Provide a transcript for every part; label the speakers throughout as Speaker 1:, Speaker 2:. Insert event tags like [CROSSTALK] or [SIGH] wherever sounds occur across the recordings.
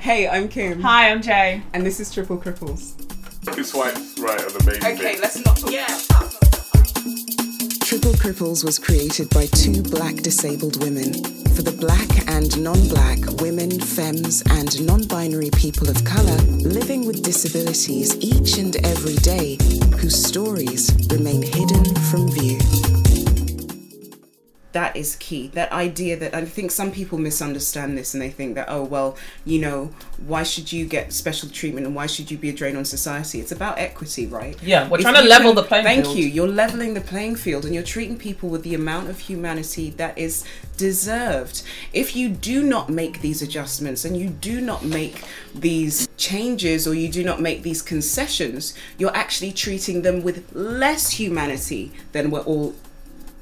Speaker 1: Hey, I'm Kim.
Speaker 2: Hi, I'm Jay.
Speaker 1: And this is Triple Cripples.
Speaker 3: Who swipes right on the main
Speaker 1: Okay,
Speaker 3: bit?
Speaker 1: let's not talk.
Speaker 2: Yeah.
Speaker 4: Triple Cripples was created by two black disabled women. For the black and non black women, femmes, and non binary people of colour living with disabilities each and every day, whose stories remain hidden from view. That is key. That idea that I think some people misunderstand this and they think that, oh, well, you know, why should you get special treatment and why should you be a drain on society? It's about equity, right?
Speaker 5: Yeah, we're
Speaker 4: If
Speaker 5: trying to
Speaker 4: you
Speaker 5: level the playing
Speaker 4: thank
Speaker 5: field.
Speaker 4: you. You're leveling the playing field and you're treating people with the amount of humanity that is deserved. If you do not make these adjustments and you do not make these changes or you do not make these concessions, you're actually treating them with less humanity than we're all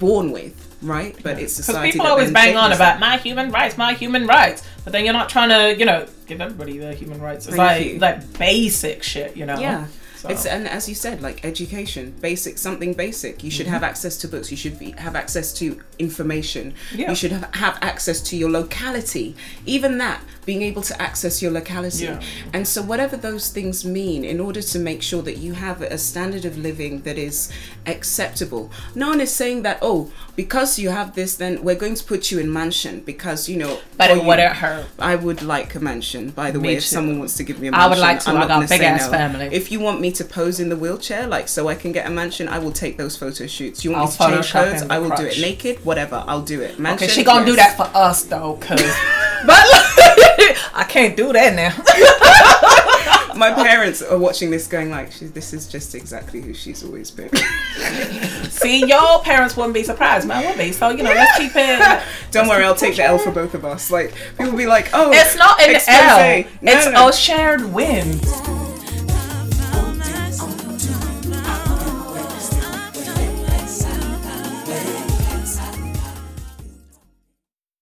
Speaker 4: born with. Right, but it's
Speaker 5: Because
Speaker 4: society.
Speaker 5: people
Speaker 4: that
Speaker 5: always
Speaker 4: then
Speaker 5: bang on
Speaker 4: signals
Speaker 5: about my human rights, my human rights, but then you're not trying to, you know, give everybody their human rights. It's
Speaker 4: Thank
Speaker 5: like
Speaker 4: you.
Speaker 5: like basic shit, you know.
Speaker 4: Yeah.
Speaker 5: So-
Speaker 4: It's and as you said, like education, basic something basic. You should
Speaker 5: Mm-hmm.
Speaker 4: have access to books. You should be, have access to information.
Speaker 5: Yeah.
Speaker 4: You should have, have access to your locality. Even that, being able to access your locality.
Speaker 5: Yeah.
Speaker 4: And so, whatever those things mean, in order to make sure that you have a standard of living that is acceptable. No one is saying that oh, because you have this, then we're going to put you in mansion because you know.
Speaker 5: But
Speaker 4: or
Speaker 5: it
Speaker 4: you-
Speaker 5: wouldn't hurt.
Speaker 4: I would like a mansion, by the
Speaker 5: Me
Speaker 4: way. If
Speaker 5: too.
Speaker 4: someone wants to give me a
Speaker 5: I
Speaker 4: mansion,
Speaker 5: would like to.
Speaker 4: I'm
Speaker 5: I
Speaker 4: not
Speaker 5: got a
Speaker 4: gonna say
Speaker 5: big-ass
Speaker 4: no.
Speaker 5: family.
Speaker 4: If you want me to pose in the wheelchair, like so I can get a mansion, I will take those photo shoots. You want
Speaker 5: I'll
Speaker 4: me to change
Speaker 5: Photoshop in
Speaker 4: clothes?
Speaker 5: the
Speaker 4: I will do
Speaker 5: crotch.
Speaker 4: it naked, whatever. I'll do it. Mansion,
Speaker 5: Okay, she gonna do
Speaker 4: yes.
Speaker 5: that for us though, cause [LAUGHS] but look, [LAUGHS] I can't do that now. [LAUGHS]
Speaker 4: My parents are watching this, going like, she, "This is just exactly who she's always
Speaker 5: [LAUGHS]
Speaker 4: been."
Speaker 5: See, your parents wouldn't be surprised, man, would they? So you know, let's keep
Speaker 4: [LAUGHS]
Speaker 5: it.
Speaker 4: Don't worry, I'll take the L for both of us. like people be like, "Oh,
Speaker 5: It's oh, not an
Speaker 4: expose."
Speaker 5: L.
Speaker 4: No,
Speaker 5: it's
Speaker 4: no.
Speaker 5: a shared win.